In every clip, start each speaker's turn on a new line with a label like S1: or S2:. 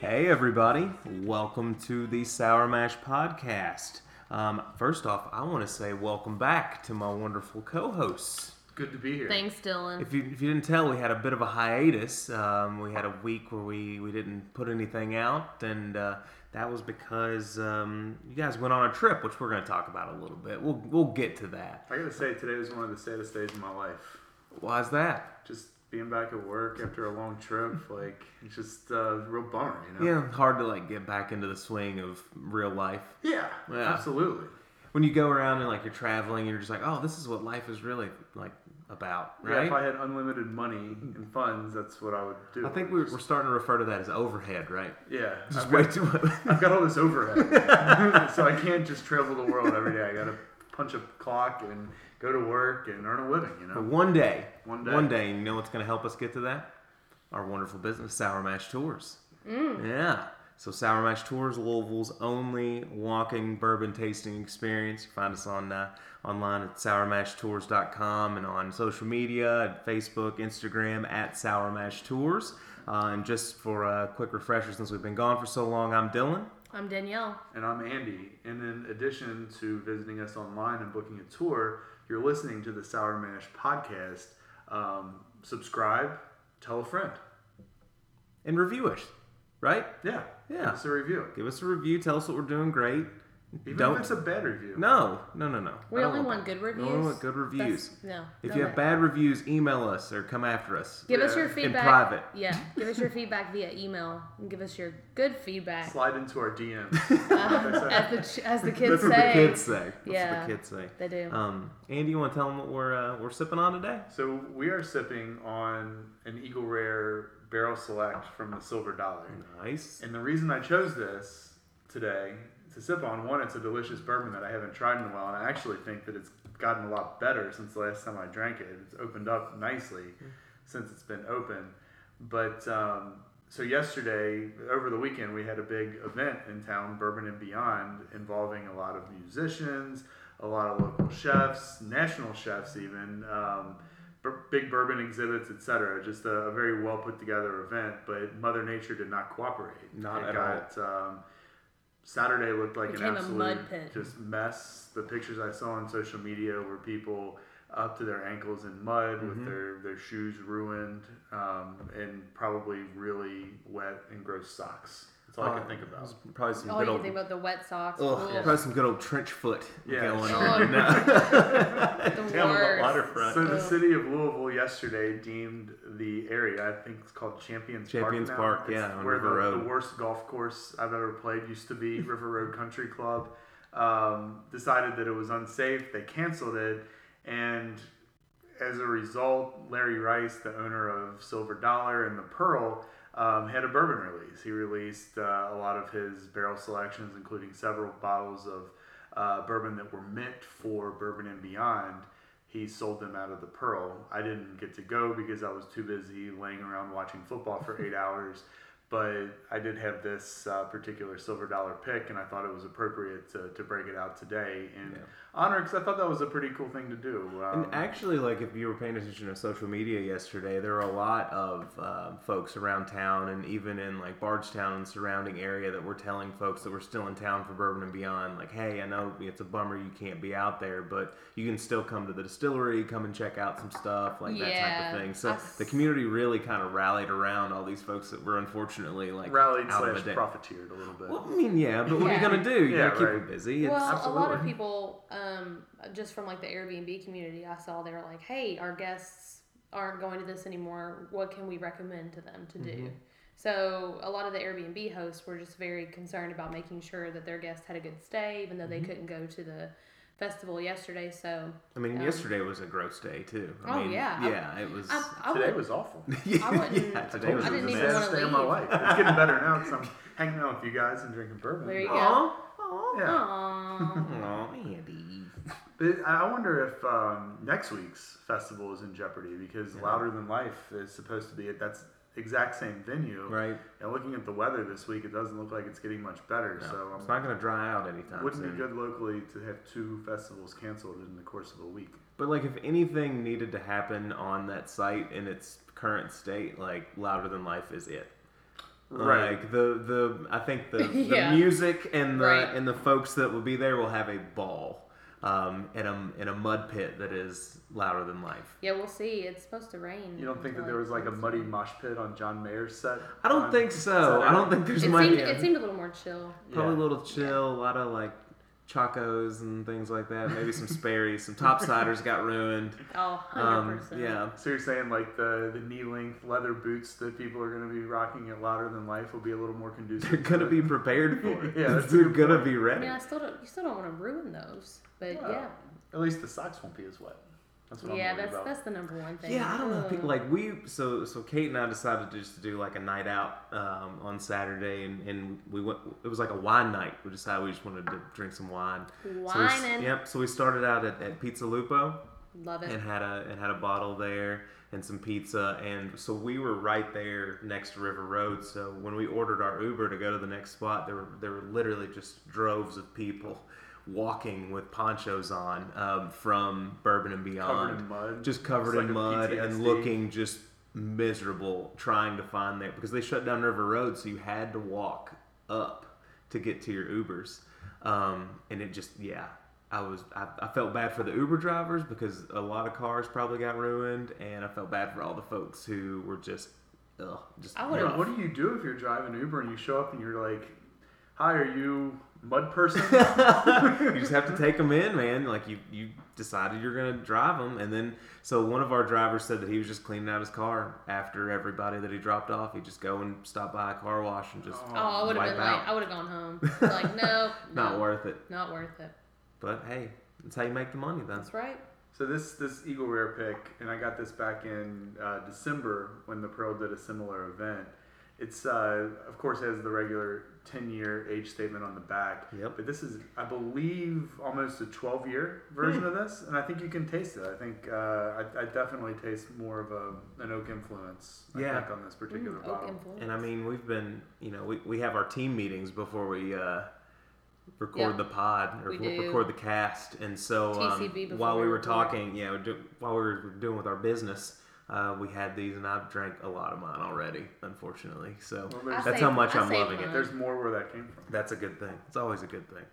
S1: Hey, everybody. Welcome to the Sour Mash Podcast. Um, first off, I want to say welcome back to my wonderful co hosts.
S2: Good to be here.
S3: Thanks, Dylan.
S1: If you, if you didn't tell, we had a bit of a hiatus. Um, we had a week where we, we didn't put anything out, and uh, that was because um, you guys went on a trip, which we're going to talk about a little bit. We'll, we'll get to that.
S2: I gotta say, today was one of the saddest days of my life.
S1: Why's that?
S2: Just being back at work after a long trip, like, it's just a real bummer, you know?
S1: Yeah, hard to like get back into the swing of real life.
S2: Yeah.
S1: Yeah.
S2: Absolutely.
S1: When you go around and like you're traveling, and you're just like, oh, this is what life is really like about,
S2: Yeah,
S1: right?
S2: if I had unlimited money and funds, that's what I would do.
S1: I think we're, we're starting to refer to that as overhead, right?
S2: Yeah.
S1: Just
S2: I've
S1: way
S2: got,
S1: too much.
S2: I've got all this overhead. so I can't just travel the world every day. I gotta punch a clock and go to work and earn a living, you
S1: But
S2: know?
S1: Uh, one day,
S2: One day.
S1: one day, you know what's going to help us get to that? Our wonderful business, Sour Mash Tours.
S3: Mm.
S1: Yeah. So Sour Mash Tours, Louisville's only walking bourbon tasting experience. You find us on uh, online at sourmashtours.com and on social media at Facebook, Instagram at Sour Mash Tours. Uh, and just for a quick refresher, since we've been gone for so long, I'm Dylan.
S3: I'm Danielle.
S2: And I'm Andy. And in addition to visiting us online and booking a tour, you're listening to the Sour Mash podcast. Um, subscribe, tell a friend.
S1: And review us, right?
S2: Yeah.
S1: Yeah.
S2: Give us a review.
S1: Give us a review. Tell us what we're doing great.
S2: Even
S1: Don't-
S2: if it's a bad review.
S1: No, no, no, no.
S3: We
S1: I don't
S3: only want
S1: that.
S3: good
S1: We only
S3: reviews.
S1: want good reviews.
S3: That's- no,
S1: If
S3: no
S1: you
S3: way.
S1: have bad reviews, email us or come after us.
S3: Give us
S2: Yeah.
S3: your
S2: In
S3: feedback.
S1: private.
S3: Yeah. Give us your feedback via email. And give us your good feedback.
S2: Slide into our DMs.
S3: As the, ch- as the
S1: That's
S3: kids
S1: what the
S3: say.
S1: kids say. That's
S3: Yeah.
S1: what the kids say.
S3: They do.
S1: Um, Andy, you want to tell them what we're uh, we're sipping on today?
S2: so we are sipping on an Eagle Rare Barrel Select from the Silver Dollar.
S1: Nice.
S2: And the reason I chose this today to sip on, one, it's a delicious bourbon that I haven't tried in a while, and I actually think that it's gotten a lot better since the last time I drank it. It's opened up nicely since it's been open. But um, so yesterday, over the weekend, we had a big event in town, Bourbon and Beyond, involving a lot of musicians, a lot of local chefs, national chefs even. Um, bur- big bourbon exhibits, etc. Just a, a very well put together event, but Mother Nature did not cooperate.
S1: Not
S2: it
S1: at
S2: got, Um, Saturday looked like
S3: Became
S2: an
S3: a
S2: absolute
S3: mud pit.
S2: just mess. The pictures I saw on social media were people up to their ankles in mud
S1: Mm-hmm.
S2: with their, their shoes ruined um, and probably really wet and gross socks. That's all I
S1: Uh,
S2: can think about.
S1: Probably some
S3: All
S1: good
S3: you can
S1: old.
S3: think about the wet socks.
S1: Ugh,
S3: Ugh,
S1: probably some good old trench foot
S2: Yeah.
S1: going
S2: Oh,
S1: on.
S3: yeah.
S1: No.
S3: The worst.
S1: Down on the waterfront.
S2: So the
S3: Ugh.
S2: city of Louisville yesterday deemed the area, I think it's called Champions,
S1: Champions
S2: Park.
S1: Park,
S2: now. It's
S1: yeah, on
S2: where
S1: River
S2: the,
S1: Road.
S2: the worst golf course I've ever played used to be, River Road Country Club. Um, decided that it was unsafe. They canceled it, and as a result, Larry Rice, the owner of Silver Dollar and the Pearl, um, had a bourbon release. He released uh, a lot of his barrel selections, including several bottles of uh, bourbon that were meant for Bourbon and Beyond. He sold them out of the Pearl. I didn't get to go because I was too busy laying around watching football for eight hours. But I did have this uh, particular silver dollar pick, and I thought it was appropriate to, to break it out today in honor because I thought that was a pretty cool thing to do. Um,
S1: And actually, like if you were paying attention to social media yesterday, there were a lot of um, folks around town and even in like Bardstown and surrounding area that were telling folks that were still in town for Bourbon and Beyond, like, hey, I know it's a bummer you can't be out there, but you can still come to the distillery, come and check out some stuff, like that type
S3: Yeah.
S1: of thing. So
S3: I-
S1: the community really kind of rallied around all these folks that were unfortunately like
S2: rallied
S1: out of
S2: slash
S1: a day.
S2: profiteered a little bit.
S1: Well, I mean, yeah, but what are you
S3: Yeah.
S1: gonna do? You
S2: Yeah,
S1: gotta keep
S2: right.
S1: them busy. It's,
S3: Well, a lot of
S2: absolutely.
S3: people, um, just from like the Airbnb community, I saw they were like, "Hey, our guests aren't going to this anymore. What can we recommend to them to do?"
S2: Mm-hmm.
S3: So a lot of the Airbnb hosts were just very concerned about making sure that their guests had a good stay, even though
S2: Mm-hmm.
S3: they couldn't go to the festival yesterday. So
S1: I mean,
S3: um,
S1: yesterday was a gross day too. I
S3: Oh,
S1: mean,
S3: yeah. Um, I-
S1: yeah, it was.
S3: I, I
S2: today
S3: would,
S2: was awful.
S1: yeah,
S3: wouldn't-
S1: today was
S3: I
S1: a
S3: didn't even
S1: mess.
S3: wanna
S2: day of my
S3: leave.
S2: life. It's getting better now because I'm hanging out with you guys and drinking bourbon.
S3: There you go.
S1: Aw, aw,
S2: Yeah.
S3: Aw.
S1: aw, Andy.
S2: But I I wonder if um, next week's festival is in jeopardy because Louder Than Life is supposed to be at that's exact same venue.
S1: Right.
S2: And looking at the weather this week, it doesn't look like it's getting much better. So
S1: It's
S2: um,
S1: not going to dry out anytime
S2: wouldn't
S1: soon.
S2: be good locally to have two festivals canceled in the course of a week.
S1: But like, if anything needed to happen on that site in its current state, like Louder Than Life is it.
S2: Right.
S1: Like the the I think the, the
S3: Yeah.
S1: music and the
S3: Right.
S1: and the folks that will be there will have a ball um, in a in a mud pit that is louder than life.
S3: Yeah, we'll see. It's supposed to rain.
S2: You don't think that there was like a muddy mosh pit on John Mayer's set?
S1: I don't
S2: On-
S1: think so. I don't think
S3: It
S1: there's much.
S3: seemed, it seemed a little more chill.
S1: Probably
S2: Yeah.
S1: a little chill, a lot of like chacos and things like that. Maybe some Sperry's, some topsiders got ruined.
S3: Oh, 100%.
S1: Um, yeah,
S2: So you're saying like the the knee length leather boots that people are going to be rocking at louder than life will be a little more conducive.
S1: they're gonna be prepared for it.
S2: Yeah, that's a
S1: they're
S2: good
S1: gonna
S2: point.
S1: be
S3: I
S1: ready.
S3: mean, I still don't. You still don't want to ruin those, but
S2: Well,
S3: yeah,
S2: At least the socks won't be as wet. That's what
S3: yeah.
S2: I'm worried
S3: That's
S2: about.
S3: that's the number one thing.
S1: Yeah, I don't know.
S3: Ugh.
S1: People, like we, so so Kate and I decided to just to do like a night out um, on Saturday, and, and we went. It was like a wine night. We decided we just wanted to drink some wine. So we s-
S3: whining.
S1: yep. So we started out at, at Pizza Lupo
S3: Love it.
S1: and had a and had a bottle there and some pizza, and so we were right there next to River Road. So when we ordered our Uber to go to the next spot, there were there were literally just droves of people walking with ponchos on um, from Bourbon and Beyond
S2: covered in mud.
S1: just covered
S2: It's
S1: in
S2: like
S1: mud
S2: a
S1: and
S2: PTSD.
S1: looking just miserable trying to find that because they shut down River Road, so you had to walk up to get to your Ubers. Um, and it just, yeah, I was, I, I felt bad for the Uber drivers because a lot of cars probably got ruined, and I felt bad for all the folks who were just, ugh, just.
S3: I
S2: Yeah,
S3: would've-
S1: rough.
S2: what do you do if you're driving Uber and you show up and you're like, "Hi, are you mud person?"
S1: you just have to take them in, man. Like you, you decided you're gonna drive them, and then so one of our drivers said that he was just cleaning out his car after everybody that he dropped off. He'd just go and stop by a car wash and just
S3: oh, I would have
S1: wipe
S3: been
S1: out.
S3: like, I would have gone home. Oh. Like, no,
S1: not
S3: no,
S1: worth it.
S3: Not worth it.
S1: But hey, that's how you make the money, then.
S3: That's right.
S2: So this this Eagle Rare pick, and I got this back in uh, December when the Pearl did a similar event. It's uh, of course has the regular ten year age statement on the back.
S1: Yep.
S2: But this is, I believe, almost a twelve year version
S1: Hmm.
S2: of this, and I think you can taste it. I think uh, I, I definitely taste more of a, an oak influence. I
S1: Yeah.
S2: think, on this particular
S3: Mm, oak
S2: bottle.
S3: influence.
S1: And I mean, we've been, you know, we, we have our team meetings before we uh, record
S3: Yeah.
S1: the pod or
S3: We
S1: re-
S3: do.
S1: record the cast. And so um,
S3: TCB before
S1: while we
S3: we
S1: were
S3: record.
S1: talking, yeah, we do, while we were doing with our business, uh, we had these, and I've drank a lot of mine already, unfortunately. So
S2: Well, there's,
S3: I
S1: that's
S3: saved-
S1: how much
S3: I
S1: I'm
S3: saved
S1: loving it.
S3: mine.
S2: there's more where that came from.
S1: that's a good thing. It's always a good thing.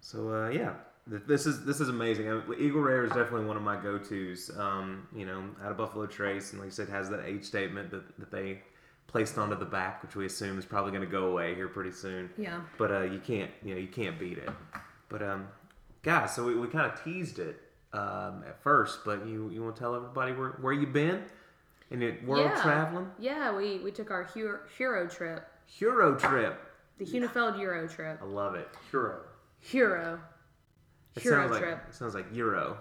S1: So uh, yeah, Th- this is this is amazing. Uh, Eagle Rare is definitely one of my go tos. Um, you know, out of Buffalo Trace, and like I said, has that age statement that, that they placed onto the back, which we assume is probably going to go away here pretty soon.
S3: yeah.
S1: But uh, you can't you know you can't beat it. But um, guys, so we, we kind of teased it um, at first, but you you want to tell everybody where where you been and your world
S3: Yeah.
S1: traveling
S3: Yeah, we, we took our Hero, Hero trip,
S1: Hero trip.
S3: the Hunefeld Euro trip.
S1: I love it.
S2: Hero.
S3: Hero.
S1: It
S3: Hero
S1: sounds
S3: trip.
S1: like it sounds like euro,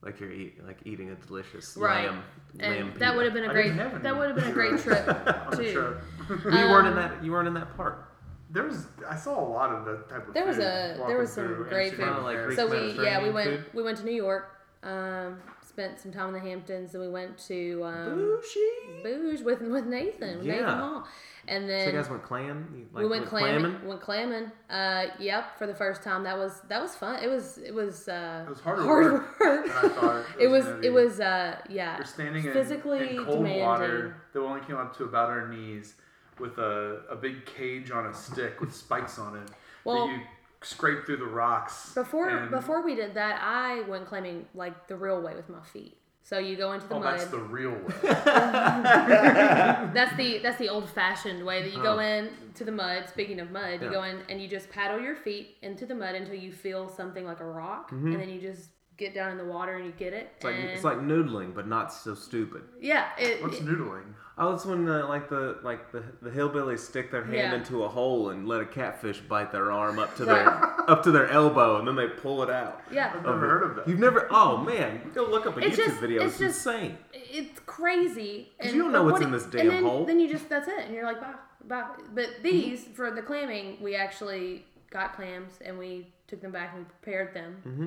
S1: like you're eat, like eating a delicious
S3: Right.
S1: lamb. lamb
S3: And that would have been a
S2: I
S3: great
S2: didn't have any
S3: that would have been a great
S2: Hero.
S3: trip
S2: on the
S3: too.
S2: trip.
S1: been. you weren't in
S3: um,
S1: that. You weren't in that part.
S2: There was I saw a lot of that type of.
S3: There was
S2: food
S3: a- there
S2: walking
S3: was some
S2: through
S3: great
S2: Amsterdam
S1: food. Like
S2: Paris.
S1: Greek
S3: So we yeah, we
S1: Mediterranean
S3: went
S1: food?
S3: we went to New York, um, spent some time in the Hamptons, and we went to um
S1: Bougie.
S3: Booge with with Nathan, with Nathan
S1: Yeah.
S3: Hall. And
S1: So
S3: then
S1: you guys went clam. You, Like,
S3: we went
S1: went
S3: clamming, went clamming. Uh, yep, for the first time. That was that was fun. It was it was uh,
S2: It was hard work.
S3: work.
S2: And I thought
S3: it was
S2: gonna
S3: it
S2: be-
S3: was uh yeah
S2: We're standing in,
S3: physically
S2: in cold
S3: demanding.
S2: water that only came up to about our knees with a, a big cage on a stick with spikes on it
S3: Well-
S2: that you scrape through the rocks.
S3: Before
S2: and-
S3: before we did that, I went climbing like the real way with my feet. So you go into the
S2: Oh,
S3: mud.
S2: that's the real way.
S3: that's the that's the old fashioned way that you
S2: Uh-huh.
S3: go in to the mud. Speaking of mud,
S1: Yeah.
S3: you go in and you just paddle your feet into the mud until you feel something like a rock,
S2: Mm-hmm.
S3: and then you just get down in the water and you get it.
S1: It's like,
S3: and
S1: it's like noodling, but not so stupid.
S3: yeah, it,
S2: What's noodling?
S1: Oh, it's when the, like the like the, the hillbillies stick their hand
S3: Yeah.
S1: into a hole and let a catfish bite their arm up to their up to their elbow, and then they pull it out.
S3: yeah.
S2: I've never heard of that.
S1: You've never? Oh man, go look up a
S3: It's
S1: YouTube
S3: just-
S1: video. It's,
S3: it's just-
S1: insane.
S3: it's crazy. And
S1: you don't know
S3: but
S1: what's
S3: what
S1: in
S3: it-
S1: this
S3: and
S1: damn
S3: then,
S1: hole. Mm-hmm.
S3: Then you just that's it, and you're like, bye, bye. But these for the clamming, we actually got clams and we took them back and we prepared them
S1: Mm-hmm.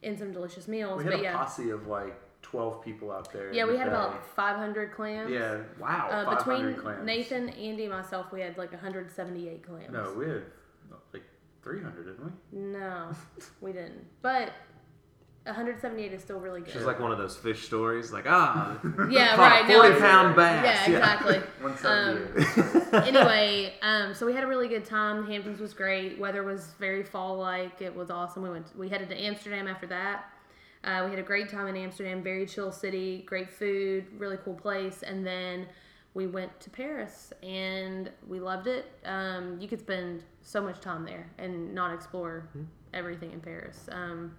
S3: in some delicious meals.
S2: We had
S3: but
S2: a
S3: yeah,
S2: posse of like 12 people out there.
S3: yeah,
S2: in
S3: we
S2: the
S3: had
S2: bay.
S3: about 500 clams.
S2: Yeah.
S1: Wow.
S3: Uh,
S2: 500
S3: between
S2: clams.
S3: Nathan, Andy, and myself, we had like 178 clams.
S2: No, we had like 300, didn't we?
S3: No, we didn't. But 178 is still really good.
S1: She's like one of those fish stories, like ah,
S3: yeah,
S1: caught
S3: right.
S1: a
S3: No,
S1: forty
S3: it's-
S1: pound
S3: yeah,
S1: bass.
S3: exactly.
S2: One
S3: Um,
S2: seventy eight.
S3: anyway, um, so we had a really good time. The Hamptons was great. Weather was very fall like. It was awesome. We went. We headed to Amsterdam after that. Uh, we had a great time in Amsterdam. Very chill city. Great food. Really cool place. And then we went to Paris and we loved it. Um, you could spend so much time there and not explore
S1: Hmm.
S3: everything in Paris. Um,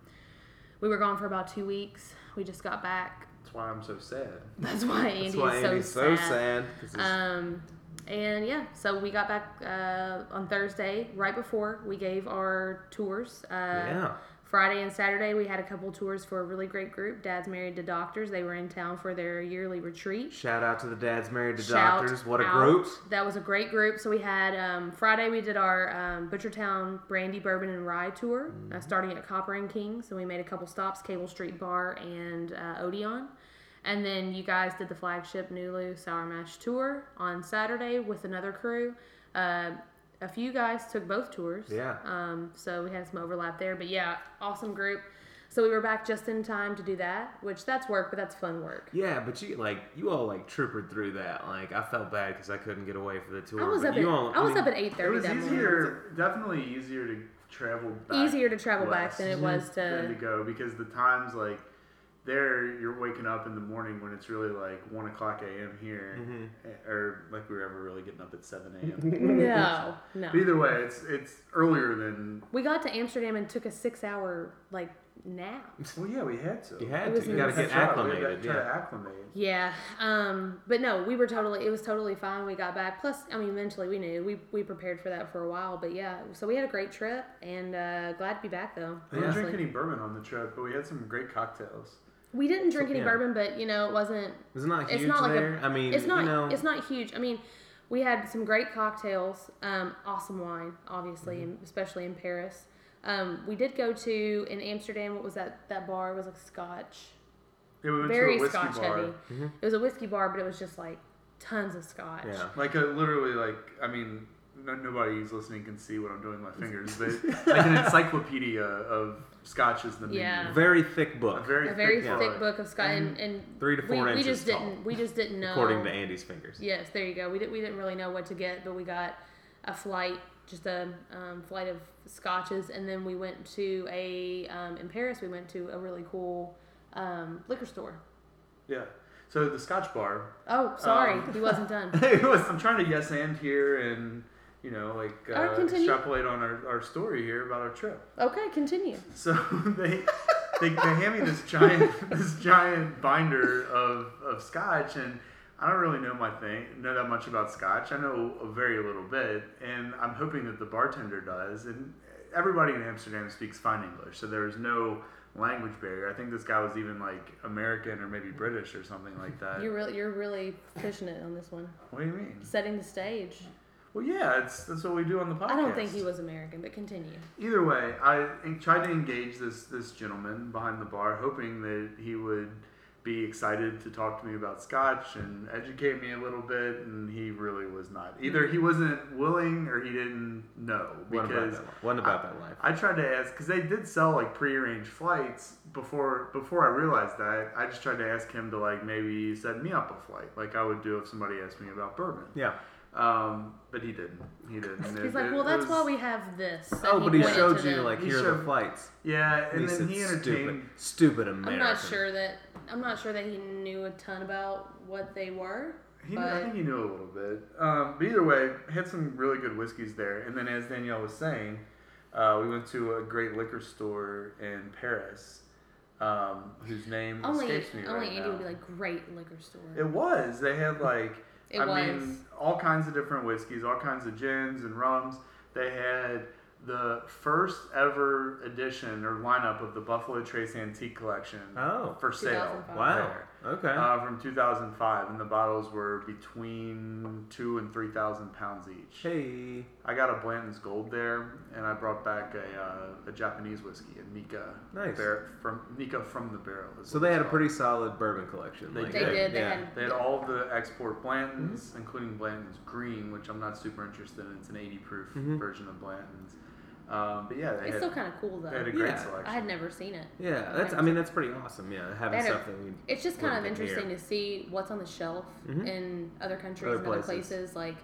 S3: we were gone for about two weeks. We just got back.
S2: That's why I'm so sad.
S3: That's why
S1: That's
S3: Andy's
S1: why
S3: so
S1: Andy's so
S3: sad.
S1: sad. 'cause it's-
S3: Um, and yeah, so we got back uh, on Thursday, right before we gave our tours. Uh,
S1: yeah,
S3: Friday and Saturday, we had a couple tours for a really great group. Dad's Married to Doctors. They were in town for their yearly retreat.
S1: shout out to the dads married to
S3: Shout
S1: doctors. What a
S3: out.
S1: group!
S3: That was a great group. So we had um, Friday, we did our um, Butchertown Brandy Bourbon and Rye tour, uh,
S1: Mm-hmm.
S3: starting at Copper and King. So we made a couple stops, Cable Street Bar and uh, Odeon. And then you guys did the flagship Nulu Sour Mash tour on Saturday with another crew. Uh, a few guys took both tours.
S1: Yeah.
S3: Um, so we had some overlap there. But yeah, awesome group. So we were back just in time to do that, which that's work, but that's fun work.
S1: Yeah, but you like you all like troopered through that. Like I felt bad because I couldn't get away for the tour.
S3: I was
S1: but
S3: up. At,
S1: you all,
S3: I was
S1: mean,
S3: up at eight
S2: It
S3: thirty
S2: was
S3: that morning.
S2: easier, definitely easier to travel. Back
S3: easier to travel back
S2: west
S3: than it was
S2: than to
S3: to.
S2: go because the times like there you're waking up in the morning when it's really like one o'clock a.m. here,
S1: Mm-hmm.
S2: eh, or like we were ever really getting up at seven a.m.
S3: No, no.
S2: But either way, it's it's earlier than.
S3: We got to Amsterdam and took a six-hour like nap.
S2: Well, yeah, we had to.
S1: You
S3: It
S1: had
S3: was
S1: to. You got to
S3: nice.
S1: get
S2: Try- we had
S1: acclimated.
S2: to try
S1: Yeah.
S2: to acclimate.
S3: Yeah, um, but no, we were totally. It was totally fine. We got back. Plus, I mean, eventually we knew we we prepared for that for a while. But yeah, so we had a great trip and uh, glad to be back though.
S2: We didn't
S3: honestly.
S2: drink any bourbon on the trip, but we had some great cocktails.
S3: We didn't drink any
S1: Yeah.
S3: bourbon, but you know, it wasn't
S1: It's not
S3: It's
S1: huge
S3: not like a-
S1: there. I mean,
S3: it's not
S1: you know,
S3: it's not huge. I mean, we had some great cocktails, um, awesome wine, obviously,
S1: Mm-hmm.
S3: and especially in Paris. Um, we did go to in Amsterdam. What was that? That bar It was like Scotch,
S2: Yeah, we went
S3: very
S2: to a whiskey
S3: Scotch
S2: bar.
S3: heavy.
S1: Mm-hmm.
S3: It was a whiskey bar, but it was just like tons of Scotch.
S1: yeah.
S2: Like, I literally, like, I mean, no, nobody who's listening can see what I'm doing with my fingers, but like an encyclopedia of scotches. The menu.
S3: Yeah.
S1: Very thick book,
S2: very,
S3: A very
S2: thick,
S3: thick book of Scotch, and, and
S1: Three to four
S3: we, we
S1: inches
S3: just
S1: tall,
S3: didn't we just didn't know
S1: according to Andy's fingers.
S3: Yes, there you go. We didn't we didn't really know what to get, but we got a flight, just a um, flight of scotches, and then we went to a um, in Paris. We went to a really cool um, liquor store.
S2: Yeah. So the Scotch bar.
S3: Oh, sorry,
S2: Um.
S3: he wasn't done.
S2: it was, I'm trying to yes and here and you know like
S3: All right,
S2: uh,
S3: continue.
S2: extrapolate on our, our story here about our trip.
S3: Okay, continue.
S2: So they they, they hand me this giant this giant binder of, of scotch and I don't really know my thing know that much about scotch. I know a very little bit and I'm hoping that the bartender does and everybody in Amsterdam speaks fine English, so there is no language barrier. I think this guy was even like American or maybe British or something like
S1: Uh,
S2: that.
S3: You're really you're really pushing it on this one,
S2: what do you mean?
S3: setting the stage.
S2: Well yeah, it's that's what we do on the podcast.
S3: I don't think he was American, but continue.
S2: Either way, I en- tried to engage this this gentleman behind the bar, hoping that he would be excited to talk to me about scotch and educate me a little bit, and he really was not. Either he wasn't willing or he didn't know
S1: What about
S2: because
S1: that? li- What about that life?
S2: I tried to ask because they did sell like prearranged flights before before I realized that. I just tried to ask him to like maybe set me up a flight, like I would do if somebody asked me about bourbon.
S1: Yeah.
S2: Um, but he didn't. He didn't.
S3: He's like, well, that's why we have this. and
S1: Oh, but he
S3: pointed
S1: showed
S3: to
S1: you
S3: them.
S1: like
S2: He
S1: here are the
S2: showed-
S1: flights.
S2: Yeah,
S1: he
S2: and then
S1: said,
S2: he entertained.
S1: stupid, stupid
S3: I'm
S1: American.
S3: not sure that I'm not sure that he knew a ton about what they were.
S2: He, knew- I
S3: but
S2: think he knew a little bit. Um, but either way, had some really good whiskeys there. And then, as Danielle was saying, uh, we went to a great liquor store in Paris, um, whose name
S3: only
S2: escapes me
S3: only
S2: right
S3: Andy
S2: now.
S3: would be like great liquor store.
S2: it was. They had like,
S3: It
S2: I
S3: was.
S2: mean, all kinds of different whiskeys, all kinds of gins and rums. They had the first ever edition or lineup of the Buffalo Trace Antique Collection
S1: Oh.
S2: for sale.
S3: 2005.
S1: Wow.
S2: there
S1: Okay.
S2: uh, from 2005, and the bottles were between two and three thousand pounds each.
S1: hey.
S2: I got a Blanton's Gold there, and I brought back a, uh, a Japanese whiskey, a Nika,
S1: Nice.
S2: bar- from Nika from the barrel. is
S1: So they
S2: what it's
S1: had a
S2: called.
S1: pretty solid bourbon collection.
S2: They
S1: like,
S3: they
S2: yeah,
S3: did. They
S1: yeah.
S3: had.
S2: They had all the export Blantons,
S1: Mm-hmm. Mm-hmm.
S2: including Blanton's Green, which I'm not super interested in. It's an 80 proof version of Blanton's. Um, but yeah, they
S3: It's
S2: had,
S3: still kind of cool
S2: they had a
S3: though.
S2: great
S1: Yeah.
S2: selection.
S3: I had never seen it.
S1: Yeah, that's. I mean, that's pretty awesome. Yeah, having
S3: That are-
S1: stuff that we.
S3: It's just kind of
S1: Wouldn't be
S3: interesting to see what's on the shelf
S1: Mhm.
S3: in other countries
S1: Other
S3: and other
S1: places.
S3: places. Like,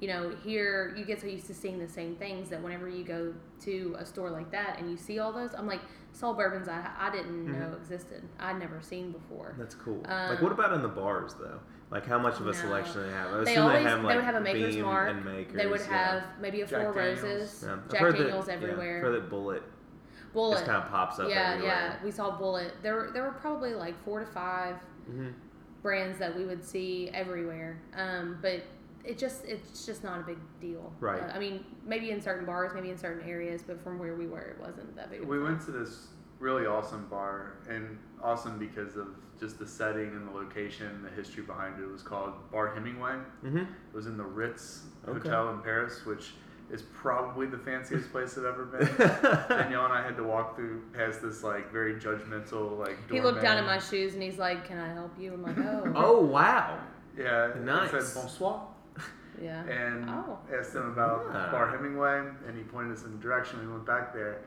S3: you know, here you get so used to seeing the same things that whenever you go to a store like that and you see all those, I'm like, Saul bourbons I, I didn't
S1: Mhm.
S3: know existed. I'd never seen before.
S1: That's cool.
S3: Um,
S1: like, what about in the bars though? Like, how much of a
S3: No.
S1: selection they have? I
S3: They
S1: assume
S3: always
S1: they have like
S3: they would have a maker's
S1: Beam
S3: mark.
S1: and makers.
S3: they would
S1: yeah.
S3: have maybe a
S2: Jack
S3: Four
S2: Daniels.
S3: Roses,
S1: Yeah. I've
S3: Jack
S1: heard
S3: Daniels
S1: that, Yeah, I've
S3: everywhere,
S1: heard that bullet,
S3: Bullet.
S1: just kind of pops up.
S3: yeah, yeah.
S1: everywhere.
S3: We saw Bullet. There were there were probably like four to five
S1: Mhm.
S3: brands that we would see everywhere. Um, but it just it's just not a big deal.
S1: Right.
S3: Uh, I mean, maybe in certain bars, maybe in certain areas, but from where we were, it wasn't that big. of a
S2: We
S3: deal.
S2: went to this really awesome bar, and awesome because of just the setting and the location, the history behind it. It was called Bar Hemingway.
S1: Mhm.
S2: It was in the Ritz
S1: Okay.
S2: Hotel in Paris, which is probably the fanciest place I've ever been. Danielle and I had to walk through past this like very judgmental like.
S3: He looked down
S2: doorman.
S3: at my shoes and he's like, "Can I help you?" I'm like, "Oh,
S1: oh wow.
S2: Yeah, it
S1: Nice.
S2: said bonsoir,
S3: yeah."
S2: and
S3: Oh.
S2: asked him about
S1: Ah.
S2: Bar Hemingway, and he pointed us in the direction. We went back there,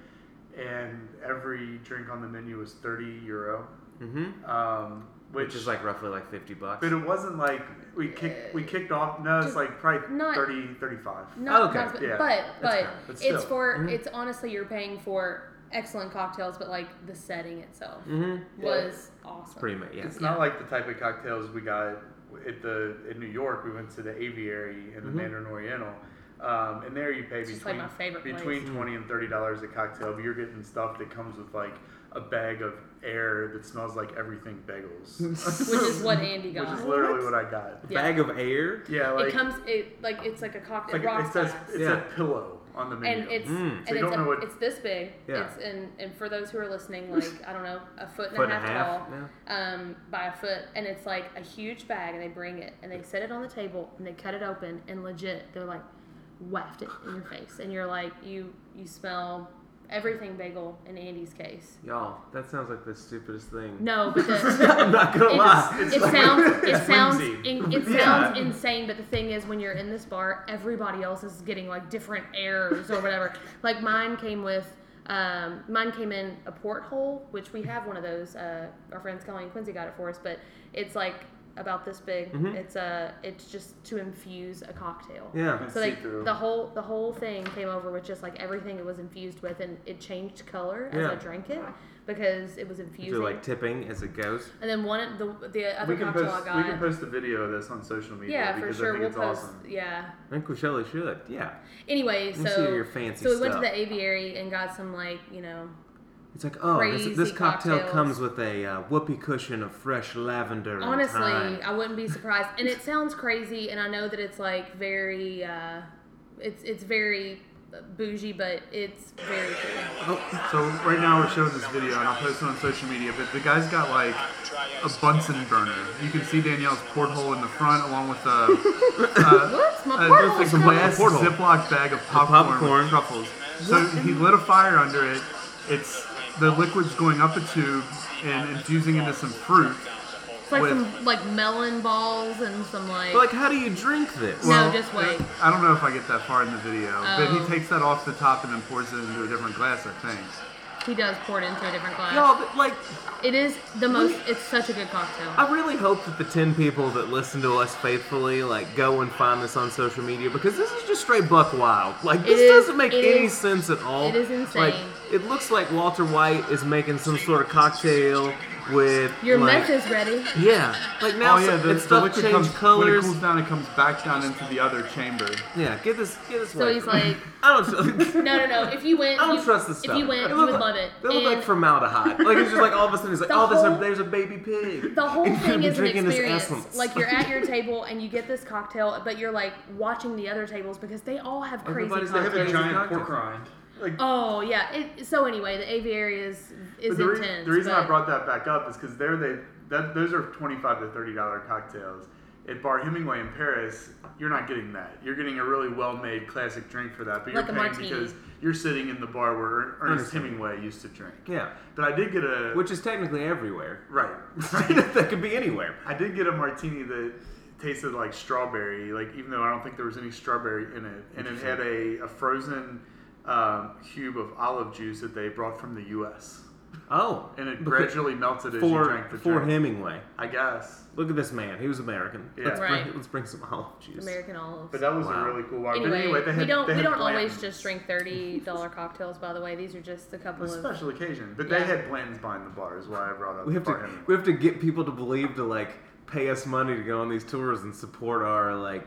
S2: and every drink on the menu was thirty euro.
S1: Mm-hmm.
S2: um,
S1: Which,
S2: which,
S1: is like roughly like fifty bucks.
S2: but it wasn't like we kicked we kicked off. No, it's
S3: Just
S2: like probably
S3: not-
S2: 30, 35.
S3: Not,
S1: Okay,
S3: not sp-
S2: yeah.
S3: but but
S1: fine.
S2: But
S3: it's
S2: still.
S3: for
S1: Mhm.
S3: it's honestly you're paying for excellent cocktails, but like the setting itself
S1: Mm-hmm.
S3: was awesome.
S1: Pretty much. Yeah.
S2: It's not like the type of cocktails we got at the in New York. We went to the Aviary in the
S1: Mhm.
S2: Mandarin Oriental, um, and there you pay
S3: It's just like
S2: between
S3: my favorite place.
S2: between twenty and thirty dollars a cocktail. But you're getting stuff that comes with like a bag of air that smells like everything bagels,
S3: which is what Andy got.
S2: which is literally what I got.
S3: yeah.
S1: Bag of air.
S2: Yeah, like
S3: it comes it like it's like a
S2: it's
S3: cocktail
S2: like
S3: rock
S2: it says
S3: size.
S2: it's
S1: Yeah.
S2: a pillow on the menu.
S3: and it's
S1: Mm.
S3: and
S2: So you
S3: it's,
S2: don't know
S3: a-
S2: what-
S3: it's this big.
S1: Yeah.
S3: It's and and for those who are listening, like I don't know, a foot and,
S1: Foot
S3: a half, tall,
S1: Yeah.
S3: um, by a foot, and it's like a huge bag, and they bring it and they set it on the table and they cut it open and legit, they're like, waft it in your face, and you're like, you you smell everything bagel in Andy's case.
S1: Y'all, that sounds like the stupidest thing.
S3: No, but the,
S1: I'm not gonna lie.
S3: It's, it sounds it
S2: it's
S3: sounds
S2: whimsy.
S3: in, it
S1: Yeah.
S3: sounds insane, but the thing is, when you're in this bar, everybody else is getting like different errors or whatever. like mine came with. Um, mine came in a porthole, which we have one of those. Uh, our friends Kelly and Quincy got it for us, but it's like about this big.
S1: Mhm.
S3: It's a, it's just to infuse a cocktail.
S1: yeah.
S3: So like
S2: see-through.
S3: the whole the whole thing came over with just like everything it was infused with, and it changed color as
S1: Yeah.
S3: I drank it because it was
S1: You're
S3: infusing.
S1: like tipping as it goes.
S3: And then one, the the other
S2: we can
S3: cocktail
S2: post
S3: I
S2: we can
S3: got.
S2: post a video of this on social media
S3: Yeah, for
S2: because I
S3: sure.
S2: think
S3: We'll
S2: it's
S3: post.
S2: awesome.
S3: Yeah.
S1: I think we surely should. Yeah.
S3: Anyway,
S1: Let me see your
S3: so
S1: fancy
S3: so we went
S1: stuff.
S3: to the aviary and got some like you know
S1: It's like, oh, this, this
S3: crazy
S1: cocktail
S3: cocktails.
S1: comes with a uh, whoopee cushion of fresh lavender. and
S3: honestly
S1: thyme.
S3: I wouldn't be surprised. And it sounds crazy, and I know that it's like very uh, it's it's very bougie, but it's very cool.
S1: Oh,
S2: So right now we're showing this video and I'll post it on social media, but the guy's got like a Bunsen burner. You can see Danielle's porthole in the front along with a,
S3: Whoops, my
S2: a,
S3: portal
S2: a glass
S1: Porthole.
S2: Ziploc bag of popcorn,
S1: popcorn.
S2: with truffles. So he lit a fire under it. It's the liquid's going up a tube and infusing into some fruit.
S3: It's like
S2: with-
S3: some like melon balls and some like,
S1: But, like, how do you drink this?
S3: No, just wait.
S2: I don't know if I get that far in the video, but
S3: Oh.
S2: he takes that off the top and then pours it into a different glass, I think.
S3: he does pour it into a different glass.
S1: Y'all, but, like,
S3: It is the most. It's such a good cocktail.
S1: I really hope that the 10 people that listen to us faithfully, like, go and find this on social media because this is just straight buck wild. Like, this
S3: is-
S1: doesn't make
S3: it
S1: any
S3: is-
S1: sense at all.
S3: it is insane.
S1: Like, it looks like Walter White is making some sort of cocktail with.
S3: Your
S1: like,
S3: meth is ready.
S1: Yeah. Like, now
S2: oh yeah,
S1: so-
S2: the,
S1: and
S2: the
S1: stuff
S2: liquid
S1: change
S2: comes when it
S1: colors.
S2: cools down, it comes back down into the other chamber.
S1: yeah, get this, get this
S3: So
S1: away
S3: he's
S1: from me.
S3: like-
S1: I don't.
S3: No, no, no. If you went,
S1: I don't
S3: you,
S1: trust this stuff.
S3: If you went,
S1: They
S3: you
S1: look
S3: would
S1: like-
S3: love it.
S1: They look like
S3: And-
S1: formaldehyde. Like it's just like all of a sudden it's like,
S3: The
S1: oh, there's a,
S3: whole-
S1: there's a baby pig.
S3: The whole
S1: And you're
S3: thing is an
S1: drinking this
S3: experience.
S1: essence.
S3: Like you're at your table and you get this cocktail, but you're like watching the other tables because they all have crazy
S1: Everybody's like,
S3: cocktails.
S1: They have a giant pork
S2: rind. Like,
S3: Oh yeah. It, so anyway, the aviary is is
S2: but the, re-
S3: intense.
S2: the reason
S3: but
S2: I brought that back up is because there they that those are twenty-five to thirty-dollar cocktails. At Bar Hemingway in Paris, you're not getting that. You're getting a really well-made classic drink for that, but you're
S3: Like a
S2: paying
S3: martini.
S2: because you're sitting in the bar where Er-, Ernest
S1: Ernest
S2: Hemingway used to drink.
S1: yeah,
S2: But I did get a
S1: which is technically everywhere.
S2: right.
S1: that could be anywhere.
S2: I did get a martini that tasted like strawberry, like even though I don't think there was any strawberry in it, and it had a, a frozen uh, um, cube of olive juice that they brought from the U.S.
S1: Oh,
S2: and it
S1: because-
S2: gradually melted as you
S1: for
S2: drank the
S1: for
S2: drink.
S1: Hemingway.
S2: I guess.
S1: Look at this man. He was American.
S2: Yeah.
S1: Let's,
S3: Right.
S1: bring, let's bring some olive juice.
S3: American olives.
S2: But that was
S1: Wow.
S2: a really cool wine. But
S3: anyway,
S2: anyway, they had,
S3: we don't
S2: they
S3: we
S2: had
S3: don't always
S2: Blanton's.
S3: just drink thirty dollar cocktails. By the way, these are just a couple
S2: A
S3: of.
S2: special occasion. But
S3: Yeah.
S2: they had Blanton's behind the bar is why I brought up
S1: We have
S2: the
S1: to
S2: bar Hemingway.
S1: we have to get people to believe to like pay us money to go on these tours and support our like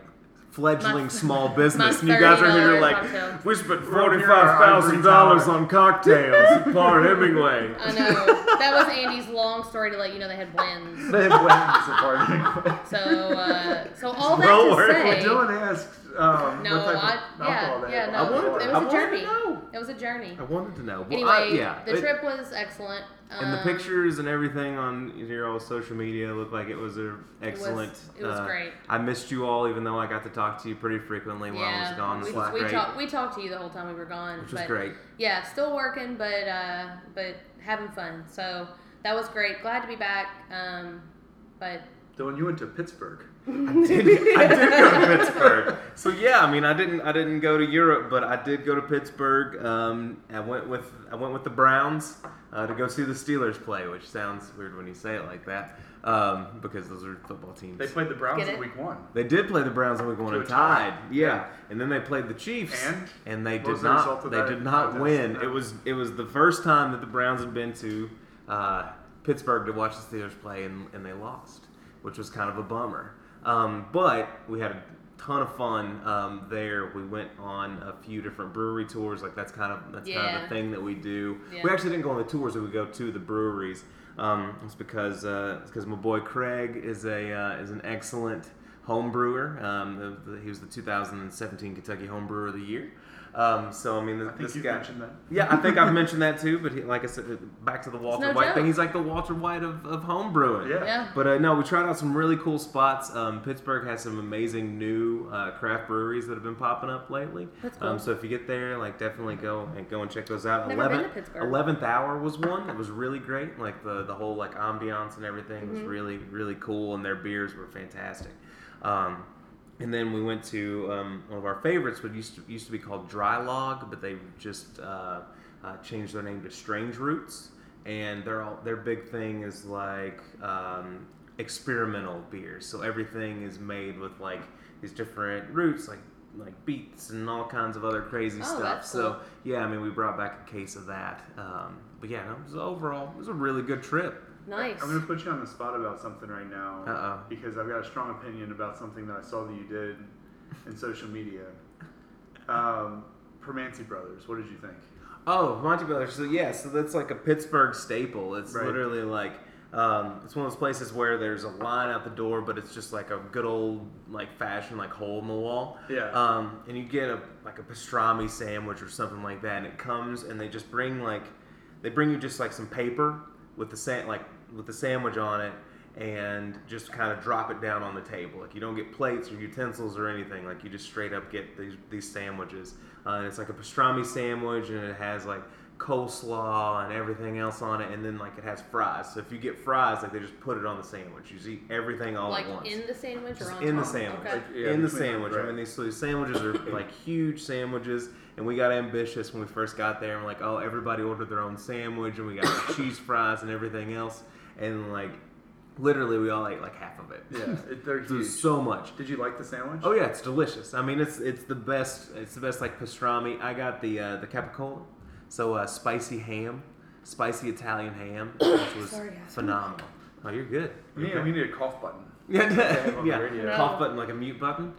S1: fledgling
S3: My-
S1: small
S3: my
S1: business. And you guys are here
S3: $30
S1: like
S3: cocktail.
S1: we spent
S2: We're
S1: forty
S2: here
S1: five thousand
S2: at our ivory
S1: dollars
S2: tower."
S1: on cocktails at Bar Hemingway.
S3: I know that was Andy's long story to let you know they had blends.
S2: They had Blanton's at bar Hemingway.
S3: So uh, so all that
S1: Don't
S3: to
S1: worry,
S3: say,
S1: we're
S2: Well, Dylan asked um,
S3: No,
S2: what type
S3: I-
S2: of alcohol
S3: yeah,
S2: they
S3: yeah,
S2: had.
S3: no,
S1: I wanted,
S3: it
S1: to-
S3: was
S1: I
S3: a
S1: wanted
S3: journey.
S1: to know.
S3: it was a journey.
S1: I wanted to know. Well,
S3: Anyway,
S1: I, yeah,
S3: the
S1: it-
S3: trip was excellent. Um,
S1: and the pictures and everything on your all social media looked like it was a excellent. uh,
S3: it was great.
S1: I missed you all, even though I got to talk to you pretty frequently while I was gone. This was
S3: we, we,
S1: great,
S3: talked, we talked to you the whole time we were gone,
S1: which
S3: but
S1: was great.
S3: yeah, still working, but uh, but having fun. So that was great. Glad to be back. Um, but
S2: Dylan, you went to Pittsburgh.
S1: I did, I did go to Pittsburgh. So yeah, I mean, I didn't I didn't go to Europe, but I did go to Pittsburgh. Um, I went with I went with the Browns uh, to go see the Steelers play, which sounds weird when you say it like that, um, because those are football teams.
S2: They played the Browns
S3: Get it?
S2: in week one.
S1: They did play the Browns in week one
S2: To
S1: and
S2: a tie.
S1: tied. Yeah. And then they played the Chiefs.
S2: And?
S1: they
S2: What
S1: did
S2: was the
S1: not
S2: result of
S1: they
S2: that
S1: did not
S2: contest?
S1: win.
S2: No.
S1: It was it was the first time that the Browns had been to uh, Pittsburgh to watch the Steelers play and, and they lost, which was kind of a bummer. Um, but we had a ton of fun um, there. We went on a few different brewery tours. Like that's kind of that's kind of
S3: Yeah.
S1: the thing that we do.
S3: Yeah.
S1: We actually didn't go on the tours; we would go to the breweries. Um, it's because uh, it's because my boy Craig is a uh, is an excellent home brewer. Um, the, the, he was the 2017 Kentucky Home Brewer of the Year. Um, so I mean,
S2: I
S1: th-
S2: think
S1: this
S2: you
S1: guy.
S2: mentioned that.
S1: Yeah, I think I've mentioned that too. But he, like I said, back to the Walter
S3: no
S1: White
S3: joke.
S1: thing. He's like the Walter White of, of home brewing.
S2: Yeah.
S3: yeah,
S1: But uh, no, we tried out some really cool spots. Um, Pittsburgh has some amazing new uh, craft breweries that have been popping up lately.
S3: That's cool.
S1: Um, so if you get there, like definitely go and go and check those out.
S3: Never been to Pittsburgh.
S1: Eleventh Hour was one that was really great. Like the the whole like ambiance and everything
S3: Mm-hmm.
S1: was really really cool, and their beers were fantastic. Um, and then we went to um, one of our favorites, what used to used to be called Dry Log, but they just uh, uh, changed their name to Strange Roots. And their all, their big thing is like um, experimental beers. So everything is made with like these different roots, like like beets and all kinds of other crazy
S3: Oh,
S1: stuff.
S3: that's
S1: So
S3: cool.
S1: yeah, I mean, we brought back a case of that. Um, but yeah, no, it was overall, it was a really good trip.
S3: nice.
S2: I'm going to put you on the spot about something right now
S1: Uh-oh.
S2: because I've got a strong opinion about something that I saw that you did in social media. Um, Permancy Brothers, what did you think?
S1: Oh, Monty Brothers. So yeah, so that's like a Pittsburgh staple. It's
S2: Right.
S1: literally like um, it's one of those places where there's a line out the door, but it's just like a good old like fashioned like hole in the wall.
S2: Yeah.
S1: Um, and you get a like a pastrami sandwich or something like that, and it comes and they just bring like they bring you just like some paper with the sa- like with the sandwich on it. And just kind of drop it down on the table. Like you don't get plates or utensils or anything. Like you just straight up get these these sandwiches. Uh, and it's like a pastrami sandwich, and it has like coleslaw and everything else on it, and then like it has fries. So if you get fries, like they just put it on the sandwich. You just eat everything all
S3: like
S1: at once.
S3: in the sandwich
S1: just
S3: or on
S1: in the
S3: top?
S1: sandwich,
S3: Okay.
S2: Like, yeah,
S1: in the
S2: between them,
S1: sandwich. I
S2: right.
S1: mean, these, so these sandwiches are like huge sandwiches, and we got ambitious when we first got there. And we're like, oh, everybody ordered their own sandwich, and we got like, cheese fries and everything else, and like literally we all ate like half of it.
S2: Yeah, it, they're
S1: So
S2: huge.
S1: There's so much.
S2: did you like the sandwich?
S1: Oh yeah, it's delicious. I mean, it's it's the best. It's the best like pastrami. I got the uh, the capicola, so uh, spicy ham, spicy Italian ham, which was
S3: Sorry, guys.
S1: phenomenal. Oh, you're good.
S2: We need,
S1: You're
S2: we
S1: good.
S2: need a cough button.
S1: yeah,
S2: have on the
S1: yeah.
S2: radio.
S1: Cough button like a mute button,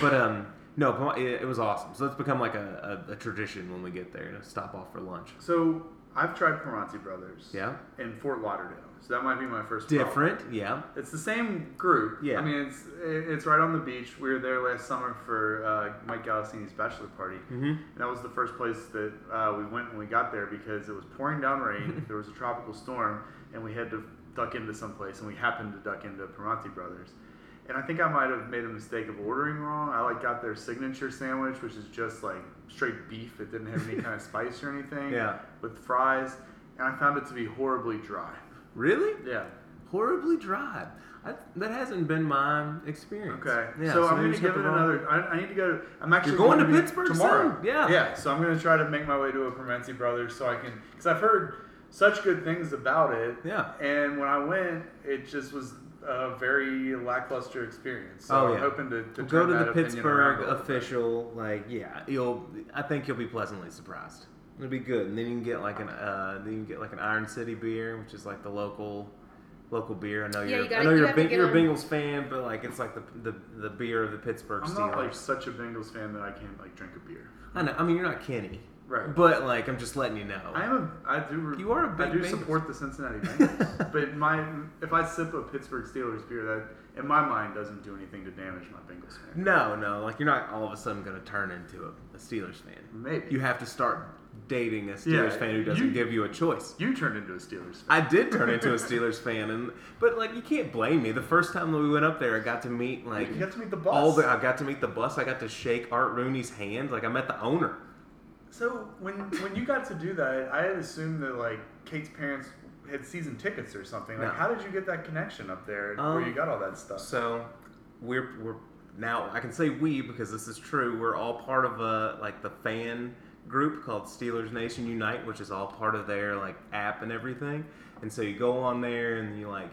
S1: but um. No, but it, it was awesome. So it's become like a, a, a tradition when we get there to stop off for lunch.
S2: So I've tried Permancy Brothers
S1: Yeah,
S2: in Fort Lauderdale. So that might be my first problem.
S1: different. Yeah,
S2: It's the same group.
S1: Yeah.
S2: I mean, it's it- it's right on the beach. We were there last summer for uh, Mike Galassini's bachelor party.
S1: hmm
S2: And that was the first place that uh, we went when we got there because it was pouring down rain. there was a tropical storm, and we had to duck into someplace, and we happened to duck into Permonti Brothers. And I think I might have made a mistake of ordering wrong. I like got their signature sandwich, which is just like straight beef. It didn't have any kind of spice or anything.
S1: Yeah.
S2: With fries, and I found it to be horribly dry.
S1: really?
S2: Yeah.
S1: horribly dry. I, that hasn't been my experience.
S2: Okay.
S1: Yeah,
S2: so, I'm
S1: maybe
S2: going
S1: it's
S2: to
S1: got
S2: give
S1: the
S2: it
S1: wrong-
S2: another. I, I need to go. I'm actually
S1: You're going to
S2: be-
S1: Pittsburgh
S2: tomorrow.
S1: soon? Yeah.
S2: Yeah. So I'm going to try to make my way to a Permanente Brothers so I can because I've heard such good things about it.
S1: Yeah.
S2: And when I went, it just was a very lackluster experience. So
S1: Oh, yeah.
S2: I'm hoping to, to
S1: We'll go
S2: turn
S1: to
S2: that
S1: the
S2: opinion around a
S1: Pittsburgh
S2: little bit.
S1: official. Like, yeah, you'll. I think you'll be pleasantly surprised. It'll be good, and then you can get like an uh, then you can get like an Iron City beer, which is like the local local beer. I know
S3: Yeah,
S1: you're
S3: you gotta-
S1: I know
S3: you
S1: you're, a
S3: have to
S1: Beng-
S3: get
S1: you're a
S3: on-
S1: Bengals fan, but like it's like the the, the beer of the Pittsburgh
S2: I'm
S1: Steelers.
S2: not like such a Bengals fan that I can't like drink a beer.
S1: I know. I mean, you're not Kenny,
S2: Right.
S1: But like, I'm just letting you know.
S2: I am a. I do. re-
S1: You are a
S2: I
S1: big
S2: do
S1: Bengals.
S2: support the Cincinnati Bengals, but my if I sip a Pittsburgh Steelers beer, that in my mind doesn't do anything to damage my Bengals fan.
S1: no, no, like you're not all of a sudden going to turn into a, a Steelers fan.
S2: Maybe
S1: You have to start dating a Steelers
S2: Yeah,
S1: fan who doesn't
S2: you-
S1: give you a choice.
S2: You turned into a Steelers fan.
S1: I did turn into a Steelers fan, and but like you can't blame me. The first time that we went up there, I got to meet like
S2: you got to meet the boss.
S1: all the I got to meet the bus. I got to shake Art Rooney's hand. Like I met the owner.
S2: so when when you got to do that, I had assumed that like Kate's parents had season tickets or something. Like,
S1: No.
S2: how did you get that connection up there
S1: Um,
S2: where you got all that stuff?
S1: So we're we're now I can say we because this is true. We're all part of a like the fan group called Steelers Nation Unite, which is all part of their like app and everything. And so you go on there and you like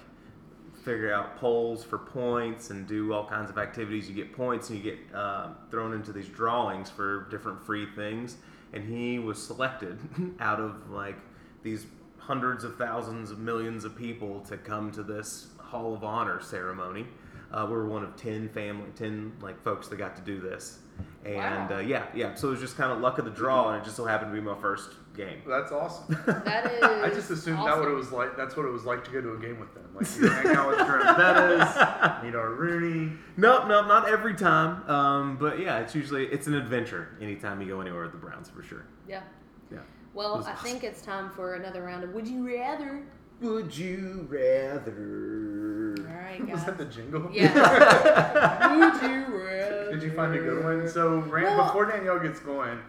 S1: figure out polls for points and do all kinds of activities. You get points and you get um thrown into these drawings for different free things. And he was selected out of like these hundreds of thousands of millions of people to come to this Hall of Honor ceremony. Uh, we were one of ten family, ten like folks that got to do this, and
S3: Wow.
S1: uh, yeah, yeah. So it was just kind of luck of the draw, and it just so happened to be my first game.
S2: That's awesome.
S3: That is.
S2: I just assumed that what it
S3: awesome.
S2: was like. That's what it was like to go to a game with them. Like you hang out with Jerome Bettis, meet our Rooney.
S1: Nope, nope, not every time. Um, but yeah, it's usually it's an adventure anytime you go anywhere with the Browns for sure.
S3: Yeah.
S1: Yeah. It
S3: Well,
S1: was
S3: I
S1: awesome.
S3: think it's time for another round of Would You Rather.
S1: Would you rather?
S3: All right,
S2: Was
S3: guys.
S2: that the jingle?
S3: Yeah. Would you rather?
S2: Did you find a good one? So, Ran-
S3: Well-
S2: before Danielle gets going,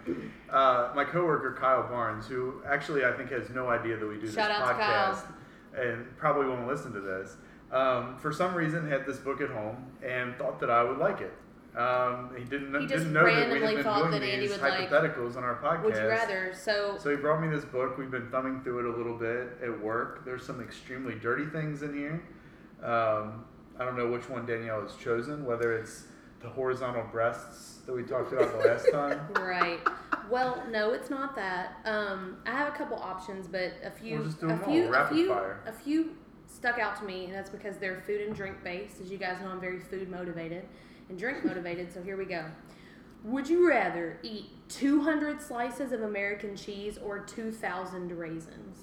S2: uh, my coworker Kyle Barnes, who actually I think has no idea that we do
S3: Shout
S2: this
S3: out to Kyle.
S2: podcast, and probably won't listen to this, um, for some reason had this book at home and thought that I would like it. Um, he didn't
S3: He just
S2: didn't know that we
S3: randomly
S2: had been
S3: thought
S2: doing
S3: that Andy
S2: these
S3: would like-
S2: hypotheticals on our podcast.
S3: Would you rather? So,
S2: So he brought me this book. We've been thumbing through it a little bit at work. There's some extremely dirty things in here. Um, I don't know which one Danielle has chosen, whether it's the horizontal breasts that we talked about the last time.
S3: right. Well, no, it's not that. Um, I have a couple options, but a few,
S2: We'll just do
S3: a
S2: them all,
S3: few, a
S2: rapid
S3: few,
S2: fire.
S3: a few stuck out to me, and that's because they're food and drink based. As you guys know, I'm very food motivated and drink motivated. So here we go. Would you rather eat 200 slices of American cheese or 2,000 raisins?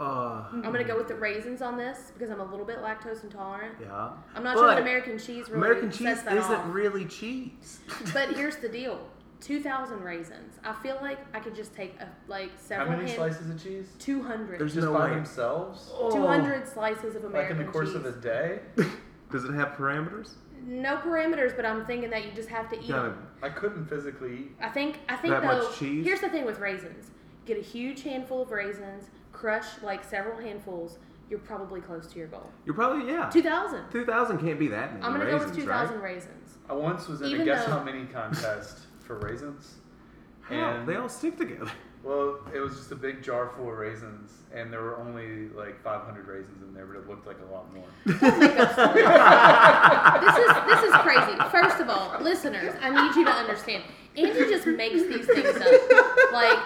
S1: Uh,
S3: I'm gonna go with the raisins on this because I'm a little bit lactose intolerant.
S1: yeah.
S3: I'm not sure
S1: But
S3: that American cheese really
S1: American cheese
S3: sets that
S1: isn't
S3: off.
S1: really cheese.
S3: but here's the deal: two thousand raisins. I feel like I could just take a, like
S2: How
S3: several
S2: many
S3: hand,
S2: slices of cheese?
S3: two hundred.
S1: There's
S2: Just
S1: no
S2: by
S1: way.
S2: themselves?
S3: Two hundred slices of
S2: Oh. Like
S3: American
S2: in the course
S3: Oh, cheese.
S2: of a day?
S1: Does it have parameters?
S3: no parameters, but I'm thinking that you just have to eat.
S1: Gotta-
S3: 'em.
S2: I couldn't physically eat.
S3: I think. I think
S1: That much
S3: though.
S1: cheese?
S3: Here's the thing with raisins: get a huge handful of raisins, crush like several handfuls. You're probably close to your goal.
S1: You're probably yeah.
S3: Two thousand.
S1: Two thousand can't be that many.
S3: I'm gonna
S1: raisins,
S3: go with two
S1: right?
S3: thousand raisins.
S2: I once was in a
S3: Even
S2: guess
S3: though-
S2: how many contest for raisins.
S1: How?
S2: And-
S1: They all stick together.
S2: Well, it was just a big jar full of raisins, and there were only like 500 raisins in there, but it looked like a lot more.
S3: Don't make up stories. Oh this is this is crazy. First of all, listeners, I need you to understand. Andy just makes these things up. Like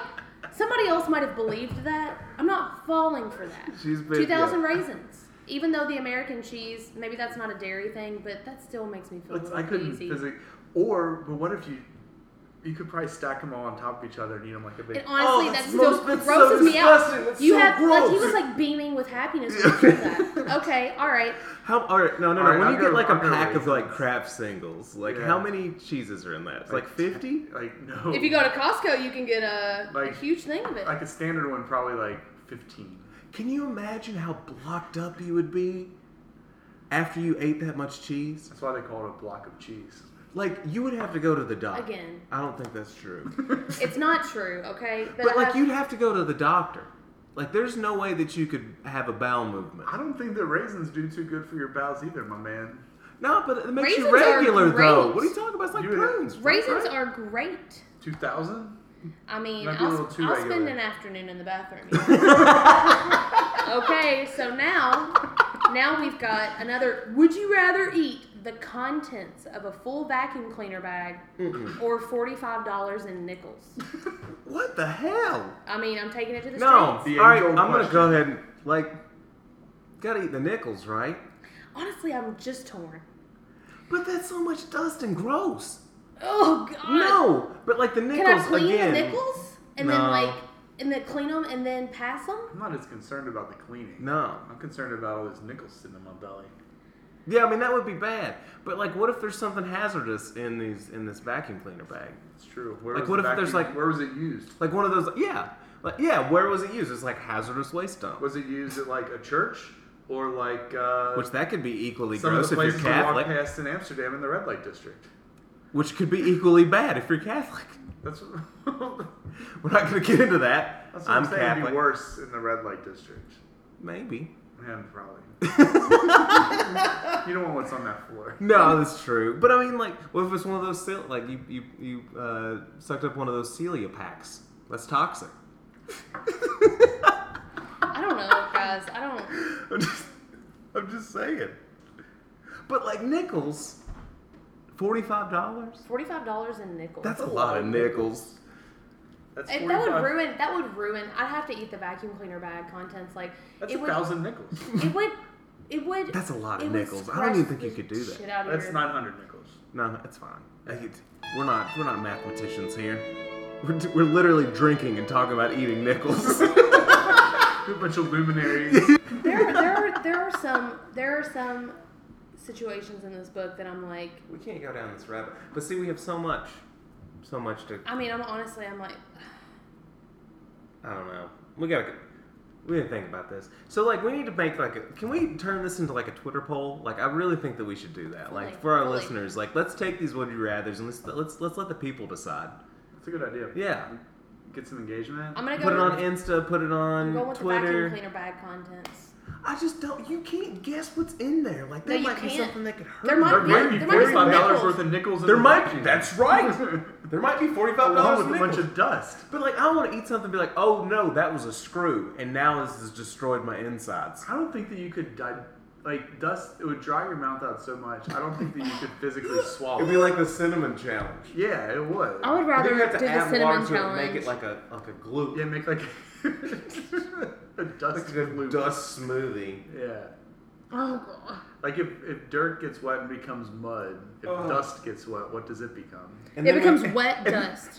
S3: somebody else might have believed that. I'm not falling for that.
S1: She's been-
S3: two thousand
S1: yeah.
S3: raisins. Even though the American cheese, maybe that's not a dairy thing, but that still makes me feel a
S2: It's,
S3: little
S2: I couldn't
S3: queasy.
S2: physically. Or, but what if you? You could probably stack them all on top of each other and eat them like a big.
S3: And honestly,
S1: Oh,
S3: that
S1: that's
S3: still
S1: most- that's so
S3: grosses me
S1: disgusting.
S3: out.
S1: That's
S3: You
S1: so
S3: have like he
S1: gross.
S3: was like beaming with happiness when you said that. Okay, all right.
S1: How? All right, no, no, no.
S2: All right,
S1: when
S2: I'll
S1: you
S2: go-
S1: get like a
S2: I'll go
S1: pack of like
S2: raisins.
S1: Kraft singles, like
S2: Yeah.
S1: how many cheeses are in that? It's like fifty.
S2: Like no.
S3: If you go to Costco, you can get a,
S2: Like,
S3: a huge thing of it.
S2: like a standard one, probably like 15.
S1: Can you imagine how blocked up you would be after you ate that much cheese?
S2: That's why they call it a block of cheese.
S1: Like you would have to go to the doctor.
S3: Again.
S1: I don't think that's true.
S3: It's not true, okay?
S1: but
S3: I
S1: like
S3: have-
S1: you'd have to go to the doctor. Like, there's no way that you could have a bowel movement.
S2: I don't think that raisins do too good for your bowels either, my man.
S1: No, but it makes you
S3: Raisins are
S1: regular though.
S3: great.
S1: What are you talking about? It's like
S2: You would-
S1: prunes.
S3: Raisins
S1: right?
S3: are great.
S2: Two thousand.
S3: I mean,
S2: Might be a
S3: I'll,
S2: little too
S3: I'll spend
S2: regular.
S3: an afternoon in the bathroom. okay, so now, now we've got another. Would you rather eat the contents of a full vacuum cleaner bag or forty-five dollars in nickels?
S1: What the hell?
S3: I mean, I'm taking it to the
S1: No.
S3: streets.
S2: The
S1: All right,
S2: age-old
S1: I'm gonna
S2: question.
S1: go ahead and like. Gotta eat the nickels, right?
S3: Honestly, I'm just torn.
S1: But that's so much dust and gross.
S3: Oh God.
S1: No, but like the nickels
S3: Can I clean
S1: again.
S3: the nickels and then
S1: No.
S3: like and then clean them and then pass them?
S2: I'm not as concerned about the cleaning.
S1: No.
S2: I'm concerned about all this nickel sitting in my belly.
S1: Yeah, I mean that would be bad. But like, what if there's something hazardous in these in this vacuum cleaner bag?
S2: It's true. Where
S1: Like,
S2: was
S1: what
S2: the
S1: if there's,
S2: vacuum-
S1: like-
S2: where was it used?
S1: Like one of those. Yeah, like yeah. Where was it used? It's like hazardous waste dump.
S2: Was it used at like a church or like uh,
S1: Which that could be equally
S2: some
S1: gross
S2: of the
S1: if you're
S2: places
S1: Catholic.
S2: we walk past in Amsterdam in the red light district?
S1: Which could be equally bad if you're Catholic.
S2: That's
S1: We're not going to get into that.
S2: that's what
S1: I'm
S2: I'm, saying. It'd
S1: Catholic.
S2: be worse in the red light district.
S1: Maybe.
S2: Man, probably. you don't want what's on that floor.
S1: No, that's true. But I mean, like, what if it's one of those cel- like you you you uh, sucked up one of those Celia packs? That's toxic.
S3: I don't know, guys. I don't.
S1: I'm just, I'm just saying. But like nickels, forty five dollars.
S3: Forty-five dollars in nickels.
S1: That's a lot of nickels.
S2: That's
S3: And that would
S2: 45
S3: ruin. That would ruin. I'd have to eat the vacuum cleaner bag contents. Like
S2: That's
S3: it
S2: a
S3: would.
S2: thousand nickels.
S3: It would. It would.
S1: That's a lot of
S3: it would
S1: nickels. I
S3: scratch
S1: don't even think
S3: the
S1: you could do that.
S3: Shit out of
S2: That's
S3: your-
S2: nine hundred nickels.
S1: No, it's fine. I get- We're not we're not mathematicians here. We're, d- we're literally drinking and talking about eating nickels.
S2: A bunch of luminaries.
S3: There, are- there, are, there are some. There are some situations in this book that I'm like.
S1: we can't go down this rabbit. But see, we have so much, so much to.
S3: I mean, I'm honestly, I'm like.
S1: I don't know. We gotta. go- We didn't think about this. So like, we need to make like. A, can we turn this into like a Twitter poll? Like, I really think that we should do that. Like
S3: Fully,
S1: for our
S3: fully.
S1: listeners, like let's take these would you rather's and let's let's let's let the people decide.
S2: That's a good idea.
S1: Yeah.
S2: Get some engagement.
S3: I'm gonna go.
S1: Put it on
S3: with,
S1: Insta. Put it
S3: I'm
S1: on
S3: going with the vacuum
S1: Twitter.
S3: cleaner bag contents.
S1: I just don't. You can't guess what's in there. Like
S3: No,
S1: that
S3: you
S1: might be
S3: can't.
S1: something that could hurt.
S3: There might
S2: there
S1: you.
S3: be-
S2: might be
S3: there might be
S2: forty-five dollars
S3: nickels.
S2: worth of nickels. In
S1: There
S2: the
S1: might-
S2: vacuum.
S1: that's right. There might be forty five
S2: Along
S1: dollars
S2: with a bunch of dust.
S1: But like, I want to eat something. and Be like, oh no, that was a screw, and now this has destroyed my insides.
S2: I don't think that you could di- like dust. It would dry your mouth out so much. I don't think that you could physically swallow.
S1: It'd be like the cinnamon challenge.
S2: yeah, it would.
S3: I would
S1: I
S3: rather
S1: think you have to
S3: do the
S1: add
S3: cinnamon
S1: water to it,
S3: challenge.
S1: and make it like a like a glue,
S2: yeah, make like a
S1: like
S2: dust
S1: a
S2: loop.
S1: dust smoothie.
S2: Yeah,
S3: oh god.
S2: like if, if dirt gets wet and becomes mud, if
S1: Oh.
S2: dust gets wet, what does it become?
S1: And
S3: it
S1: then
S3: becomes
S1: we-
S3: wet dust.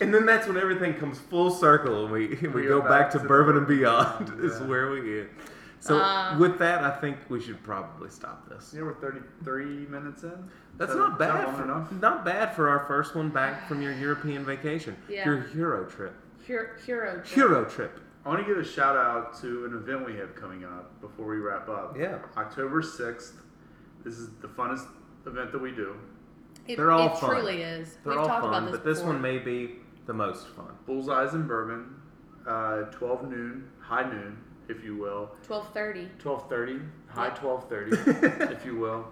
S1: And then that's when everything comes full circle, and we we,
S2: We
S1: go
S2: go
S1: back
S2: back
S1: to
S2: to-
S1: bourbon and beyond is
S2: Yeah.
S1: where we get. So
S3: Uh,
S1: with that, I think we should probably stop this.
S2: Yeah, we're thirty-three minutes in.
S1: That's
S2: So
S1: not
S2: it's
S1: bad.
S2: long
S1: for,
S2: enough.
S1: Not bad for our first one back from your European vacation.
S3: Yeah.
S1: Your hero trip.
S3: Hero, hero. trip.
S1: Hero trip.
S2: I want to give a shout out to an event we have coming up before we wrap up.
S1: Yeah.
S2: October sixth. This is the funnest event that we do.
S3: It,
S1: They're all
S3: it
S1: fun.
S3: truly is.
S1: They're
S3: We've
S1: all
S3: talked
S1: fun,
S3: about this
S1: but this
S3: before.
S1: one may be the most fun.
S2: Bullseyes and Bourbon, uh, 12 noon, high noon, if you will.
S3: Twelve thirty.
S2: 12.30, high 12.30, if you will.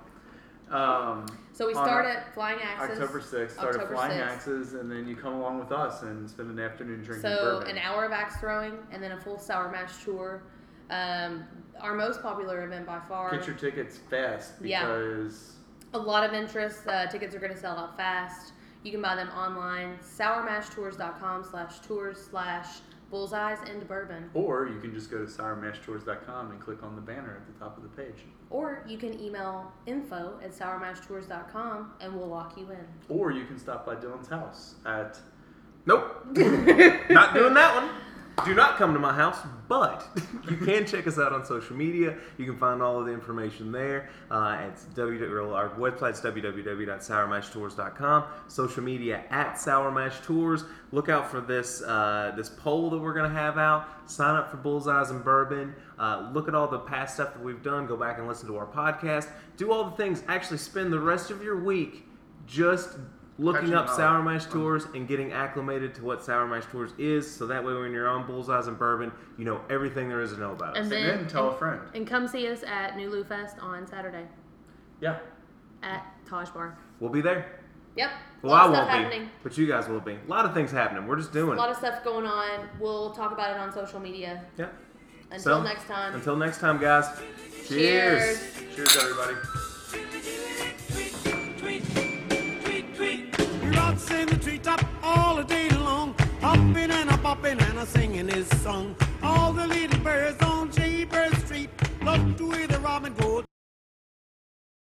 S2: Um,
S3: So we
S2: on
S3: start at Flying Axis.
S2: October 6th, start at
S3: October
S2: Flying
S3: 6th.
S2: Axes, and then you come along with us and spend an afternoon drinking
S3: So
S2: bourbon.
S3: an hour of axe throwing and then a full sour mash tour. Um, our most popular event by far.
S2: Get your tickets fast
S3: Yeah.
S2: because
S3: a lot of interest. Uh, tickets are going to sell out fast. You can buy them online. Sourmashtours.com slash tours slash bullseyes and bourbon.
S2: or you can just go to sourmashtours.com and click on the banner at the top of the page.
S3: Or you can email info at sourmashtours.com and we'll lock you in.
S2: Or you can stop by Dylan's house at
S1: Nope. not doing that one. Do not come to my house, but you can check us out on social media. You can find all of the information there. Uh, it's www, or our website's www.sourmashtours.com. Social media at Sour Mash Tours. Look out for this uh, this poll that we're going to have out. Sign up for Bullseyes and Bourbon. Uh, look at all the past stuff that we've done. Go back and listen to our podcast. Do all the things. Actually, spend the rest of your week just looking
S2: Catching
S1: up
S2: up.
S1: Sour Mash Tours and getting acclimated to what Sour Mash Tours is, so that way when you're on Bullseyes and Bourbon, you know everything there is to know about us.
S2: And
S3: And Then-
S2: then tell
S3: and-
S2: a friend.
S3: And come see us at Nulu Fest on Saturday
S2: Yeah.
S3: at Taj Bar.
S1: We'll be there.
S3: Yep.
S1: Well,
S3: lot
S1: I
S3: of
S1: won't
S3: stuff happening.
S1: be, but you guys will be. A lot of things happening. We're just
S3: A
S1: doing
S3: lot
S1: it.
S3: of stuff going on. We'll talk about it on social media.
S1: Yeah.
S3: Until
S1: So,
S3: next time.
S1: Until next time, guys. Cheers.
S3: Cheers.
S2: Cheers, everybody.
S4: He rocks in the treetop all the day long, hopping and a bopping and a singing his song.